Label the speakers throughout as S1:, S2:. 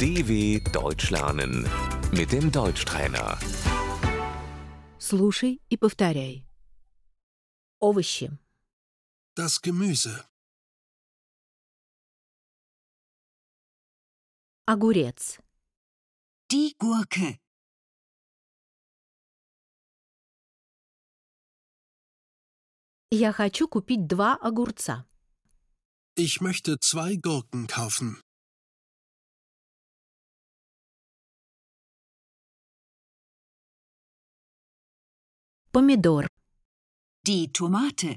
S1: DW Deutsch lernen mit dem Deutschtrainer.
S2: Слушай и повторяй. Овощи.
S3: Das Gemüse.
S2: Огурец.
S4: Die Gurke.
S2: Я хочу купить два огурца.
S3: Ich möchte zwei Gurken kaufen.
S2: Помидор.
S4: Die Tomate.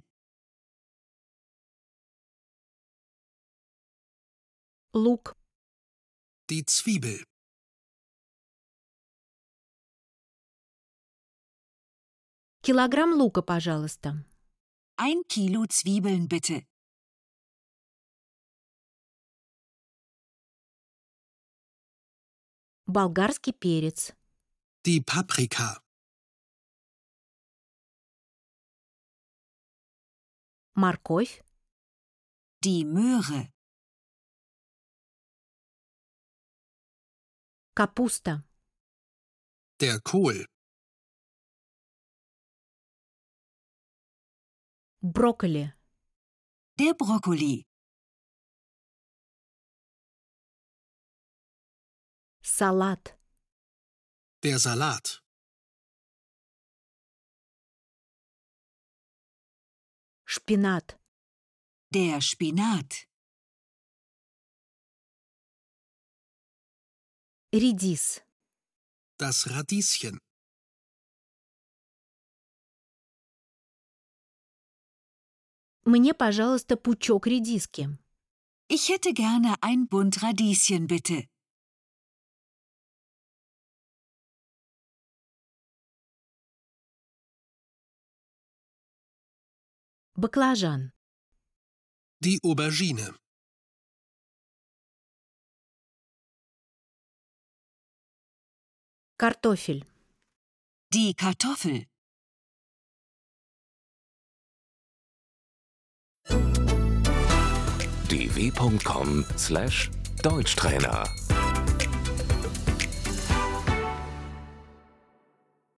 S2: Лук.
S3: Die Zwiebel.
S2: Килограмм лука, пожалуйста.
S4: Ein Kilo Zwiebeln bitte.
S2: Болгарский перец.
S3: Die Paprika.
S2: Морковь.
S4: Die Möhre.
S2: Капуста.
S3: Der Kohl.
S2: Брокколи.
S4: Der Brokkoli.
S2: Салат.
S3: Der Salat.
S2: Шпинат.
S4: Der Spinat.
S2: Редис.
S3: Das Radieschen.
S2: Мне, пожалуйста, пучок редиски.
S4: Ich hätte gerne ein Bund Radieschen bitte.
S2: Баклажан.
S3: Die Aubergine.
S2: Картофель.
S4: Die Kartoffel.
S1: dw.com/deutschtrainer